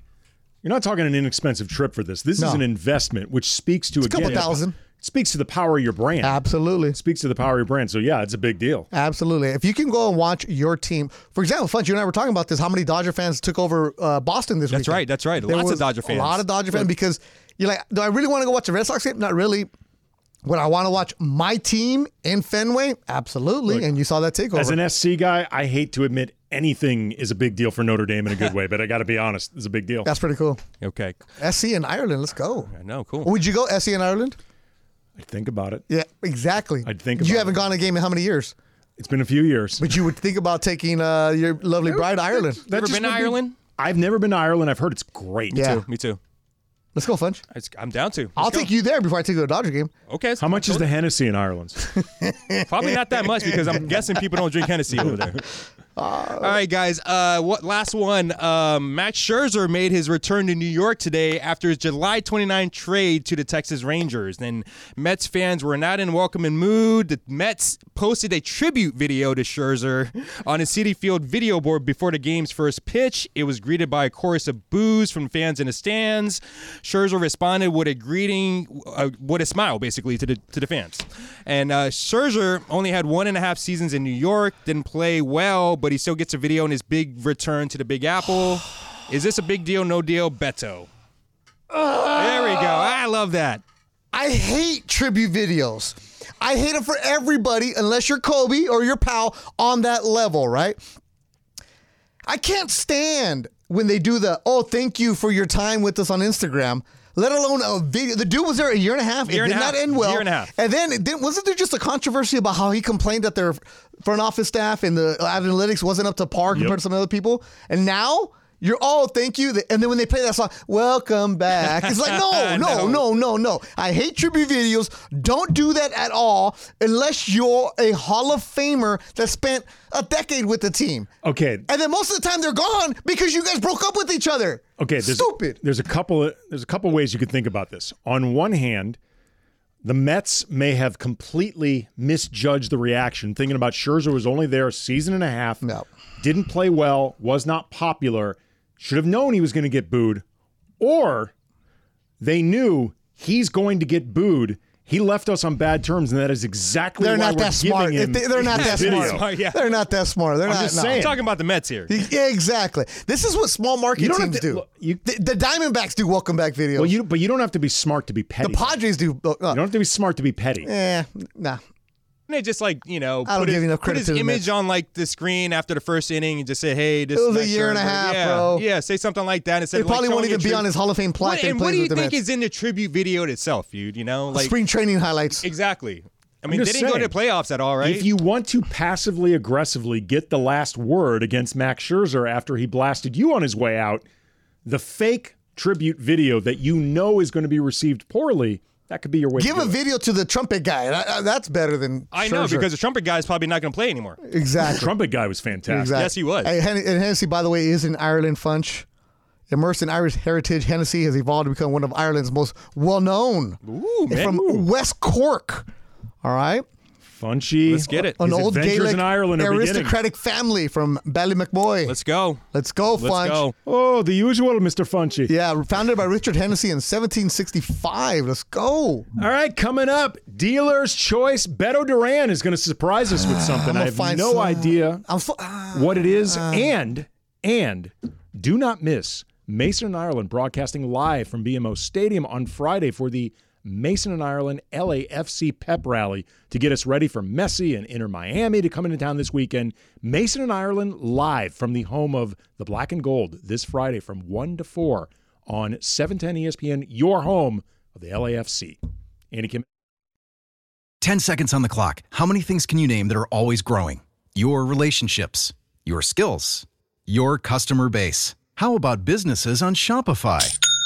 You're not talking an inexpensive trip for this. This
No.
is an investment, which speaks to
a couple
again,
thousand.
Speaks to the power of your brand.
Absolutely.
Speaks to the power of your brand. So yeah, it's a big deal.
Absolutely. If you can go and watch your team, for example, Funch, you and I were talking about this. How many Dodger fans took over uh, Boston this week?
That's right, that's right. Lots of Dodger fans.
A lot of Dodger fans because you're like, do I really want to go watch a Red Sox game? Not really. Would I want to watch my team in Fenway? Absolutely. and you saw that takeover.
As an SC guy, I hate to admit anything is a big deal for Notre Dame in a good way, but I got to be honest, it's a big deal.
That's pretty cool.
Okay.
SC in Ireland. Let's go.
I know. Cool.
Would you go SC in Ireland?
I think about it.
Yeah, exactly.
I'd think
you
about
haven't
it.
gone to a game in how many years?
It's been a few years.
But you would think about taking uh, your lovely bride to Ireland.
That
Ever
just
been to
would be-
Ireland?
I've never been to Ireland. I've heard it's great.
Yeah.
Me too.
Let's go, Funch.
I just- I'm down to. Let's
I'll
go.
take you there before I take you to a Dodger game.
Okay.
How much is the Hennessy in Ireland?
Probably not that much because I'm guessing people don't drink Hennessy over there. All right, guys. Uh, what last one? Um, Max Scherzer made his return to New York today after his July 29 trade to the Texas Rangers. And Mets fans were not in welcoming mood. The Mets posted a tribute video to Scherzer on his City Field video board before the game's first pitch. It was greeted by a chorus of boos from fans in the stands. Scherzer responded with a greeting, uh, with a smile, basically, to the to the fans. And uh, Scherzer only had one and a half seasons in New York, didn't play well, but he still gets a video in his big return to the Big Apple. Is this a big deal? No deal, Beto. there we go. I love that.
I hate tribute videos. I hate them for everybody unless you're Kobe or your pal on that level, right? I can't stand when they do the oh thank you for your time with us on Instagram. Let alone a video. The dude was there a year and a half.
Year
it
and
did
a half.
not end well.
Year and a half.
And then it didn't, wasn't there just a controversy about how he complained that their front office staff and the analytics wasn't up to par compared to some other people? And now you're all thank you. And then when they play that song, welcome back. It's like no, no,
No.
no, no, no, no. I hate tribute videos. Don't do that at all unless you're a Hall of Famer that spent a decade with the team.
Okay.
And then most of the time they're gone because you guys broke up with each other.
Okay, there's,
Stupid.
There's a couple. Of, there's a couple ways you could think about this. On one hand, the Mets may have completely misjudged the reaction, thinking about Scherzer was only there a season and a half,
No.
didn't play well, was not popular, should have known he was going to get booed, or they knew he's going to get booed. He left us on bad terms, and that is exactly
They're
why
not
we're
that
giving
smart.
him
If they- They're not that
this video.
smart.
Smart, yeah.
They're not that smart. They're not.
just
no.
saying.
We're talking about the Mets here.
Exactly. This is what small market
You don't have
teams
to-
do.
look, you-
the, the Diamondbacks do welcome back videos.
Well, you but you don't have to be smart to be petty.
the Padres do. Uh,
you don't have to be smart to be petty.
eh, nah.
And they just like you know,
I don't
put his,
give enough
put
credit
his
to the
image
Mets.
on like the screen after the first inning and just say, "Hey, this
It was
is
a
Max
year and a
Scherzer."
half,
yeah,
bro.
Yeah, say something like that instead.
They
of, like,
probably won't
showing
even
your
be on his Hall of Fame plaque
What,
that he
and what
plays
do you
with the
think
Mets.
is in the tribute video itself, dude? You know, like
Spring training highlights.
exactly. I mean, they
just
didn't go to the
saying.
playoffs at all, right?
If you want to passively aggressively get the last word against Max Scherzer after he blasted you on his way out, the fake tribute video that you know is going to be received poorly, that could be your way.
Give
to
a
do it.
video to the trumpet guy. That- that- that's better than
I know
Scherzer.
because the trumpet guy is probably not going to play anymore.
exactly.
Trumpet guy was fantastic.
Exactly.
Yes, he was.
Hey, Hen- and Hennessy, by the way, is an Ireland Funch. Immersed in Irish heritage, Hennessy has evolved to become one of Ireland's most well-known.
Ooh, man.
from West Cork. All right,
Funchy.
Let's get it.
an
His
old
adventures
Gaelic
in Ireland are beginning.
aristocratic family from Ballymacboy.
Let's go.
Let's go,
Let's
Funch.
go.
Oh, the usual, Mr. Funchy.
Yeah, founded by Richard Hennessy in 1765. Let's go.
All right, coming up, dealer's choice. Beto Duran is going to surprise us with something. I
gonna
have
find
no
some-
idea
I'm fu- ah.
what it is. and, and do not miss Mason and Ireland broadcasting live from BMO Stadium on Friday for the Mason and Ireland LAFC pep rally to get us ready for Messi and Inter Miami to come into town this weekend. Mason and Ireland live from the home of the black and gold this Friday from 1 to 4 on E 710 ESPN, your home of the LAFC. Andy Kim.
10 seconds on the clock. How many things can you name that are always growing? Your relationships, your skills, your customer base. How about businesses on Shopify?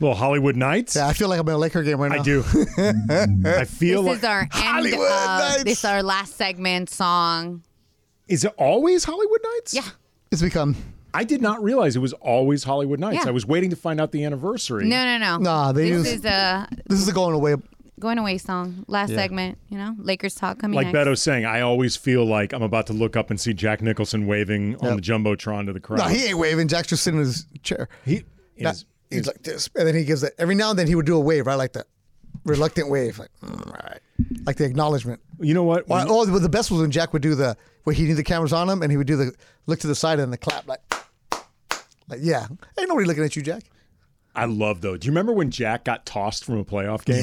Little Hollywood Nights.
Yeah, I feel like I'm in a Laker game right now.
I do. I feel
This
like
is our end
Hollywood
of,
Nights.
this is our last segment song.
is it always Hollywood Nights?
Yeah.
It's become
I did not realize it was always Hollywood Nights.
Yeah.
I was waiting to find out the anniversary.
No, no, no.
Nah, they
this
use-
is a
this is a going away.
going away song. Last segment, you know, Lakers talk coming
Like
next.
Beto's saying, I always feel like I'm about to look up and see Jack Nicholson waving on the jumbotron to the crowd.
No, he ain't waving. Jack's just sitting in his chair.
He is-
Nah, he's like this, and then he gives it every now and then. He would do a wave, right, like that reluctant wave, like mm, all right, like the acknowledgement.
you know what?
Well, oh, but the best was when Jack would do the where he knew the cameras on him and he would do the look to the side and the clap like, like yeah, ain't nobody looking at you, Jack.
I love though. Do you remember when Jack got tossed from a playoff game?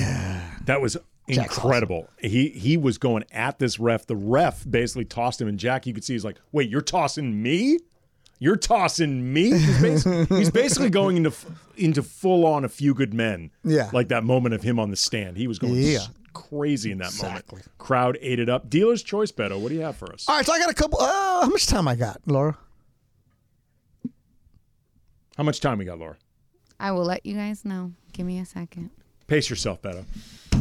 That was
Jack's
incredible. He he was going at this ref. The ref basically tossed him, and Jack, you could see, he's like, "Wait, you're tossing me? You're tossing me?" He's, bas- he's basically going into f- into full on a few good men.
Yeah.
like that moment of him on the stand. He was going
Yeah.
s- crazy in that moment. Crowd ate it up. Dealer's choice, Beto. What do you have for us?
All right, so I got a couple. Uh, how much time I got, Laura?
How much time we got, Laura?
I will let you guys know. Give me a second.
Pace yourself, Beto.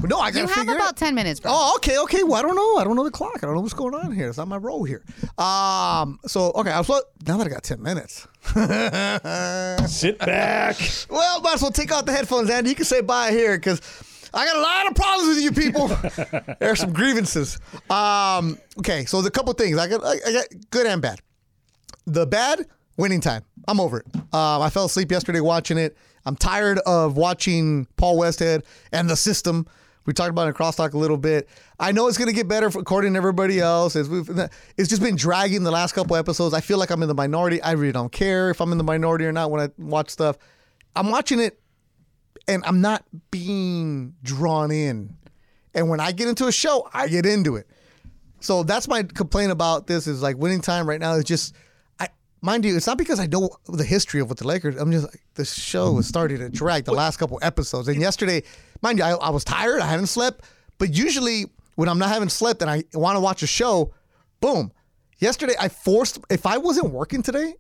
No, I got.
You have about ten minutes, bro.
Oh, okay, okay. Well, I don't know. I don't know the clock. I don't know what's going on here. It's not my role here. Um. So okay, I was lo- now that I got ten minutes.
Sit back.
Well, might as well take off the headphones, Andy. You can say bye here because I got a lot of problems with you people. there are some grievances. Um, okay, so there's a couple things. I got, I, I got good and bad. The bad, winning time. I'm over it. Um, I fell asleep yesterday watching it. I'm tired of watching Paul Westhead and the system. We talked about it in crosstalk a little bit. I know it's going to get better for, according to everybody else. It's, we've, it's just been dragging the last couple episodes. I feel like I'm in the minority. I really don't care if I'm in the minority or not when I watch stuff. I'm watching it and I'm not being drawn in. And when I get into a show, I get into it. So that's my complaint about this is like winning time right now is just I mind you, it's not because I know the history of what the Lakers I'm just like this show is starting to drag the last couple episodes. And yesterday, mind you, I, I was tired, I hadn't slept, but usually when I'm not having slept and I want to watch a show, boom. Yesterday I forced if I wasn't working today,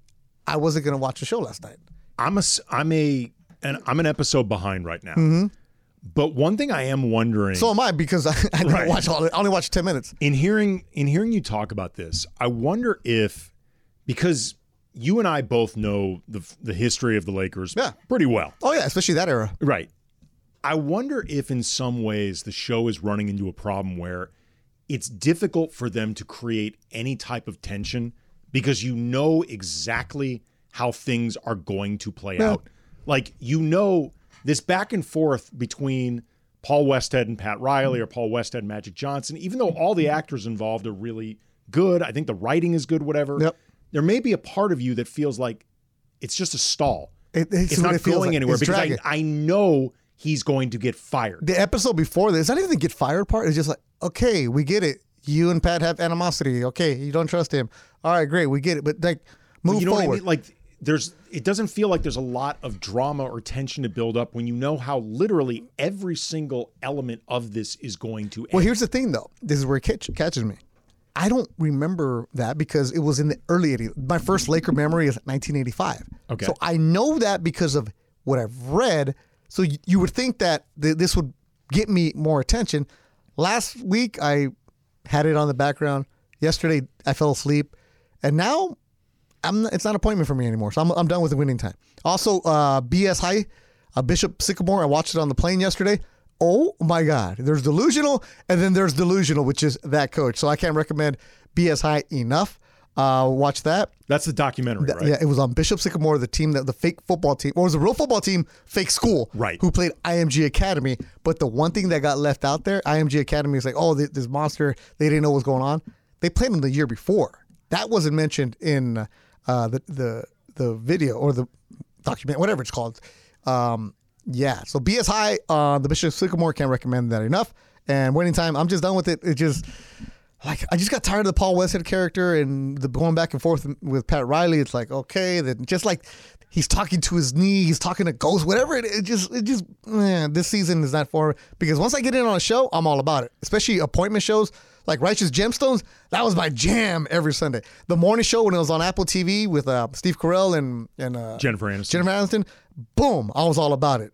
I wasn't gonna watch a show last night.
I'm a s- I'm a and I'm an episode behind right now. But one thing I am wondering
Mm-hmm. So am I because I, I didn't
Right.
watch all. I only watched ten minutes.
in hearing in hearing you talk about this, I wonder if because you and I both know the the history of the Lakers
Yeah.
pretty well.
Oh yeah, especially that era.
Right. I wonder if in some ways the show is running into a problem where it's difficult for them to create any type of tension because you know exactly how things are going to play out. Like you know this back and forth between Paul Westhead and Pat Riley or Paul Westhead and Magic Johnson, even though all the actors involved are really good, I think the writing is good, whatever.
Yep.
There may be a part of you that feels like it's just a stall.
It- it's
it's
what
not
it feels
going
like.
anywhere
It's
because I,
dragging.
I know he's going to get fired.
The episode before this, not even the get fired part. It's just like, okay, we get it. You and Pat have animosity. Okay, you don't trust him. All right, great, we get it. But like, move
you know
forward.
what I mean? Like there's it doesn't feel like there's a lot of drama or tension to build up when you know how literally every single element of this is going to end.
Well, here's the thing, though. This is where it catch, catches me. I don't remember that because it was in the early 80s. My first Laker memory is 1985.
Okay.
So I know that because of what I've read. So y- you would think that th- this would get me more attention. Last week, I had it on the background. Yesterday, I fell asleep. And now I'm it's not appointment for me anymore. So I'm, I'm done with the winning time. Also, uh, BS High, uh, Bishop Sycamore. I watched it on the plane yesterday. Oh my God! There's delusional, and then there's delusional, which is that coach. So I can't recommend BS High enough. Uh, watch that.
That's the documentary, right?
Yeah, it was on Bishop Sycamore, the team that the fake football team, or it was a real football team, fake school,
Right.
Who played IMG Academy. But the one thing that got left out there, IMG Academy is like, oh, th- this monster. They didn't know what was going on. They played them the year before. That wasn't mentioned in uh, the the the video or the document, whatever it's called. Um, yeah, so BS High, uh, the Bishop Sycamore can't recommend that enough. And winning time, I'm just done with it. It just like I just got tired of the Paul Westhead character and the going back and forth with Pat Riley. It's like okay, then just like he's talking to his knee, he's talking to ghosts, whatever. It, it just it just man, this season is not for because once I get in on a show, I'm all about it. Especially appointment shows like Righteous Gemstones. That was my jam every Sunday. The morning show when it was on Apple TV with uh, Steve Carell and and uh,
Jennifer Aniston.
Jennifer Aniston. Boom, I was all about it.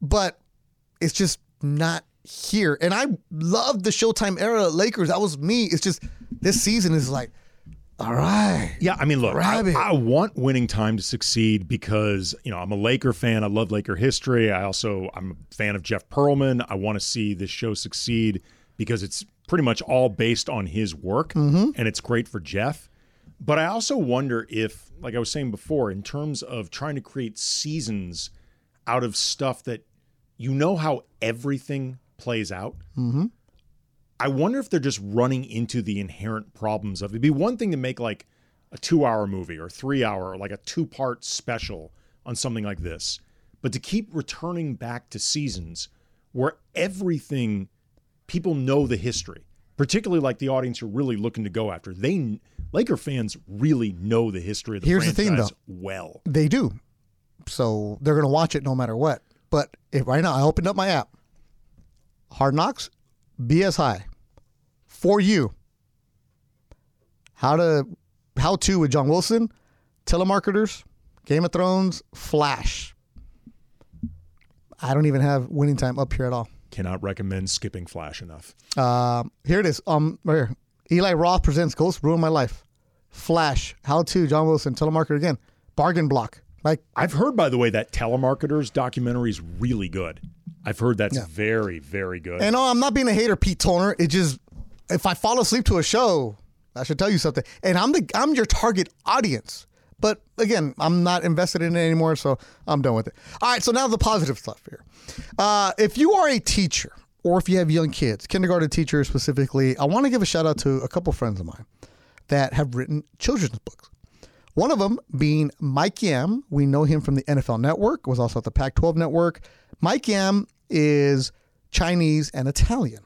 But it's just not here. And I love the Showtime era Lakers. That was me. It's just this season is like, all right.
Yeah, I mean, look, I,
Grab it.
I want winning time to succeed because you know I'm a Laker fan. I love Laker history. I also I'm a fan of Jeff Pearlman. I want to see this show succeed because it's pretty much all based on his work,
Mm-hmm.
and it's great for Jeff. But I also wonder if, like I was saying before, in terms of trying to create seasons out of stuff that you know how everything plays out. I wonder if they're just running into the inherent problems of it'd be one thing to make like a two hour movie or three hour or like a two part special on something like this, but to keep returning back to seasons where everything people know the history, particularly like the audience you're really looking to go after. They Laker fans really know the history of the
Here's the
franchise
thing, though.
well.
They do. So they're going to watch it no matter what. But if right now I opened up my app, Hard Knocks, BS High, For You, How to How to with John Wilson, Telemarketers, Game of Thrones, Flash. I don't even have winning time up here at all.
Cannot recommend skipping Flash enough.
Um, here it is. Um, right here. Eli Roth presents Ghost Ruined My Life, Flash, How to John Wilson, Telemarketer again, Bargain Block. Like
I've heard, by the way, that telemarketers documentary is really good. I've heard that's very, very good.
And no, I'm not being a hater, Pete Toner. It just if I fall asleep to a show, I should tell you something. And I'm the I'm your target audience. But again, I'm not invested in it anymore, so I'm done with it. All right, so now the positive stuff here. Uh, if you are a teacher or if you have young kids, kindergarten teacher specifically, I want to give a shout out to a couple friends of mine that have written children's books. One of them being Mike Yam. We know him from the NFL Network, was also at the Pac 12 Network. Mike Yam is Chinese and Italian.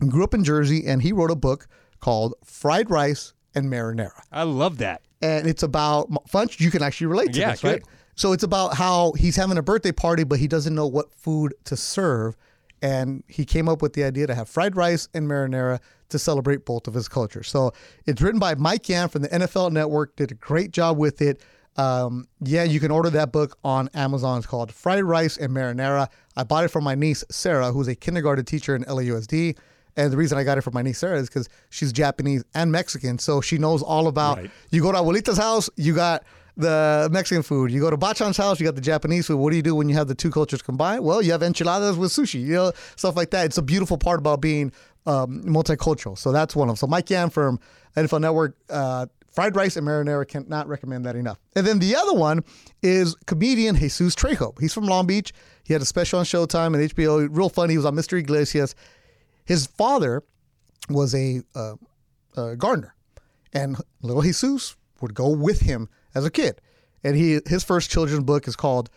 He grew up in Jersey and he wrote a book called Fried Rice and Marinara
I love that.
and it's about Funch. You can actually relate to
Yeah,
this,
good.
right? So it's about how he's having a birthday party, but he doesn't know what food to serve, and he came up with the idea to have fried rice and marinara to celebrate both of his cultures. So it's written by Mike Yan from the NFL Network. Did a great job with it. Um, yeah, you can order that book on Amazon. It's called Fried Rice and Marinara. I bought it from my niece Sarah, who's a kindergarten teacher in LAUSD. And the reason I got it from my niece Sarah is because she's Japanese and Mexican, so she knows all about. You go to Abuelita's house, you got the Mexican food. You go to Bachan's house, you got the Japanese food. What do you do when you have the two cultures combined? Well, you have enchiladas with sushi, you know, stuff like that. It's a beautiful part about being um, multicultural. So that's one of them. So Mike Yan from NFL Network, uh, fried rice and marinara cannot recommend that enough. And then the other one is comedian Jesus Trejo. He's from Long Beach. He had a special on Showtime and HBO. Real funny. He was on Mr. Iglesias. His father was a, uh, a gardener, and little Jesus would go with him as a kid. And he his first children's book is called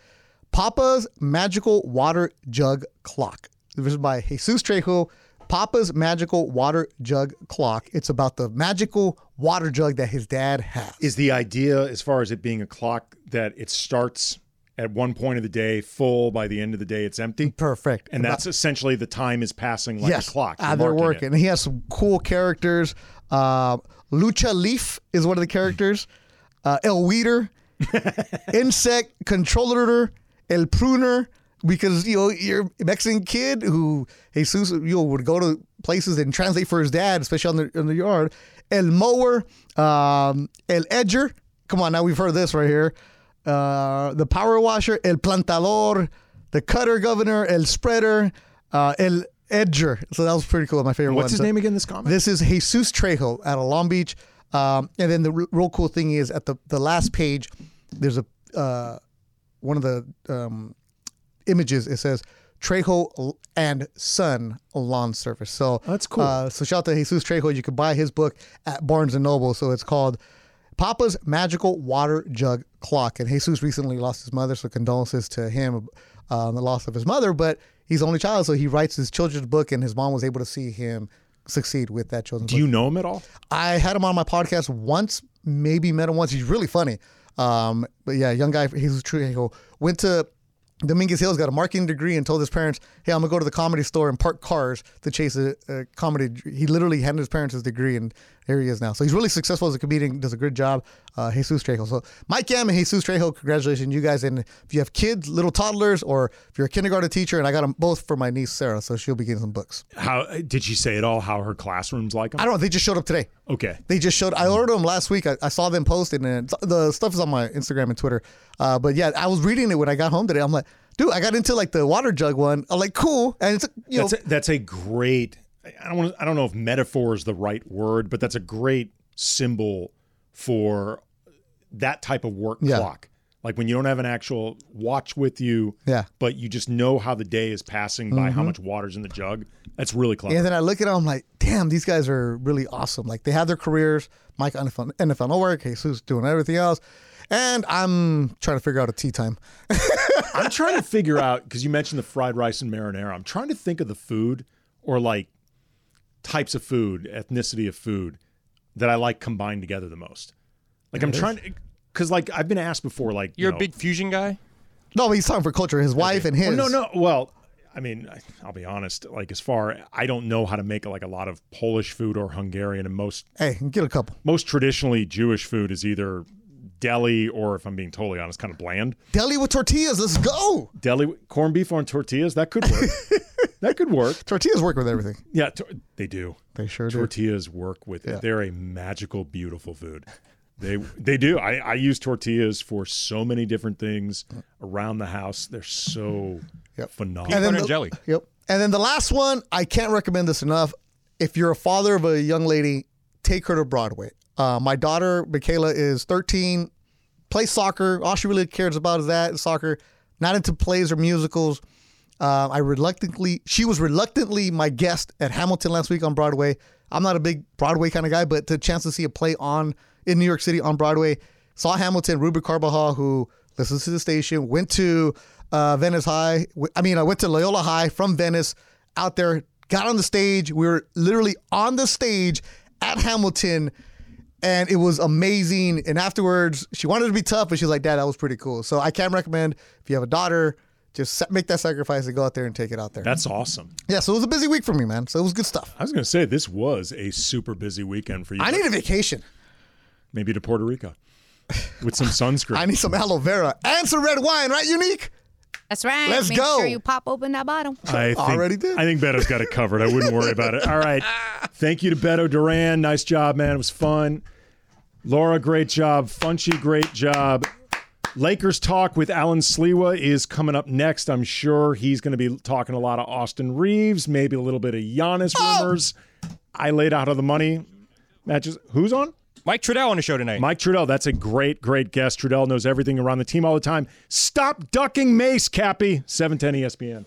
Papa's Magical Water Jug Clock. This is by Jesus Trejo. Papa's Magical Water Jug Clock. It's about the magical water jug that his dad had.
Is the idea, as far as it being a clock, that it starts at one point of the day full, by the end of the day it's empty?
Perfect.
And that's essentially the time is passing like
yes.
a clock.
Ah,
You're
they're
marking it.
working. He has some cool characters. Uh, Lucha Leaf is one of the characters. Uh, El Weeder, Insect Controller, El Pruner. Because you know your Mexican kid who Jesus you know, would go to places and translate for his dad, especially on the in the yard. El mower, um, El edger. Come on, now we've heard this right here. Uh, the power washer, El plantador, the cutter governor, El spreader, uh, El edger. So that was pretty cool. My favorite
What's
one.
his
So-
name again, this comic?
this is Jesus Trejo out of Long Beach. Um, and then the r- real cool thing is at the, the last page, there's a uh, one of the um, images. It says Trejo L- and Son Lawn Service. So
That's cool.
Uh, so shout out to Jesus Trejo. You can buy his book at Barnes and Noble. So it's called Papa's Magical Water Jug Clock. And Jesus recently lost his mother, so condolences to him uh, on the loss of his mother. But he's the only child, so he writes his children's book, and his mom was able to see him succeed with that children's
Do
book.
you know him at all?
I had him on my podcast once, maybe met him once. He's really funny. Um, but yeah, young guy, Jesus Trejo went to Dominguez Hills, got a marketing degree, and told his parents, "Hey, I'm gonna go to the comedy store and park cars to chase a, a comedy." d- He literally handed his parents his degree, and here he is now. So he's really successful as a comedian, does a good job. Uh, Jesus Trejo. So Mike Yam and Jesus Trejo, congratulations, you guys! And if you have kids, little toddlers, or if you're a kindergarten teacher, and I got them both for my niece Sarah, so she'll be getting some books.
How did she say at all how her classroom's like him?
I don't know. They just showed up today.
Okay.
They just showed.
Mm.
I ordered them last week. I, I saw them posted, and it's- the stuff is on my Instagram and Twitter. Uh, but yeah, I was reading it when I got home today. I'm like, dude, I got into like the water jug one. I'm like, cool, and it's you know,
That's a, that's a great. I don't want. I don't know if metaphor is the right word, but that's a great symbol for that type of work
Yeah.
clock. Like when you don't have an actual watch with you,
Yeah. Mm-hmm.
but you just know how the day is passing by how much water's in the jug. That's really clever.
And then I look at them, I'm like, damn, these guys are really awesome. Like they have their careers. Mike on NFL, NFL Network, Jesus doing everything else, and I'm trying to figure out a tea time.
I'm trying to figure out because you mentioned the fried rice and marinara. I'm trying to think of the food or like types of food, ethnicity of food that I like combined together the most. Like I'm trying to, because like I've been asked before, like you
You're
know-
a big fusion guy?
No, but he's talking for culture. His wife and his.
Well, Oh, no, no. Well, I mean, I- I'll be honest. Like as far, I don't know how to make like a lot of Polish food or Hungarian, and most
Hey, get a couple.
most traditionally Jewish food is either deli or, if I'm being totally honest, kind of bland.
Deli with tortillas. Let's go.
Deli corned beef on tortillas that could work. that could work.
Tortillas work with everything.
Yeah, tor- they do.
They sure do.
tortillas work with it. They're a magical, beautiful food. They they do. I, I use tortillas for so many different things around the house. They're so phenomenal.
butter and jelly.
Yep. And then the last one, I can't recommend this enough. If you're a father of a young lady, take her to Broadway. Uh, my daughter Michaela is 13, plays soccer. All she really cares about is that is soccer. Not into plays or musicals. Uh, I reluctantly, she was reluctantly my guest at Hamilton last week on Broadway. I'm not a big Broadway kind of guy, but the chance to see a play on in New York City on Broadway, saw Hamilton. Ruby Carbajal, who listens to the station, went to uh, Venice High. w- I mean, I went to Loyola High from Venice. Out there, got on the stage. We were literally on the stage at Hamilton and it was amazing. And afterwards, she wanted to be tough, but she was like, "Dad, that was pretty cool." So I can recommend if you have a daughter, just sa- make that sacrifice and go out there and take it out there.
That's awesome.
yeah, so it was a busy week for me, man. So it was good stuff.
I was going to say this was a super busy weekend for you.
I need a vacation.
maybe to Puerto Rico with some sunscreen.
I need some aloe vera and some red wine, right? Unique.
That's right.
Let's
Make
go.
sure you pop open that bottle.
I think,
Already did.
I think Beto's got it covered. I wouldn't worry about it. All right. Thank you to Beto Duran. Nice job, man. It was fun. Laura, great job. Funchy, great job. Lakers talk with Alan Slewa is coming up next. I'm sure he's going to be talking a lot of Austin Reeves, maybe a little bit of Giannis
Oh!
rumors. I laid out of the money matches. Who's on?
Mike Trudell on the show tonight.
Mike Trudell. That's a great, great E guest. Trudell knows everything around the team all the time. Stop ducking Mace, Cappy. 710 ESPN.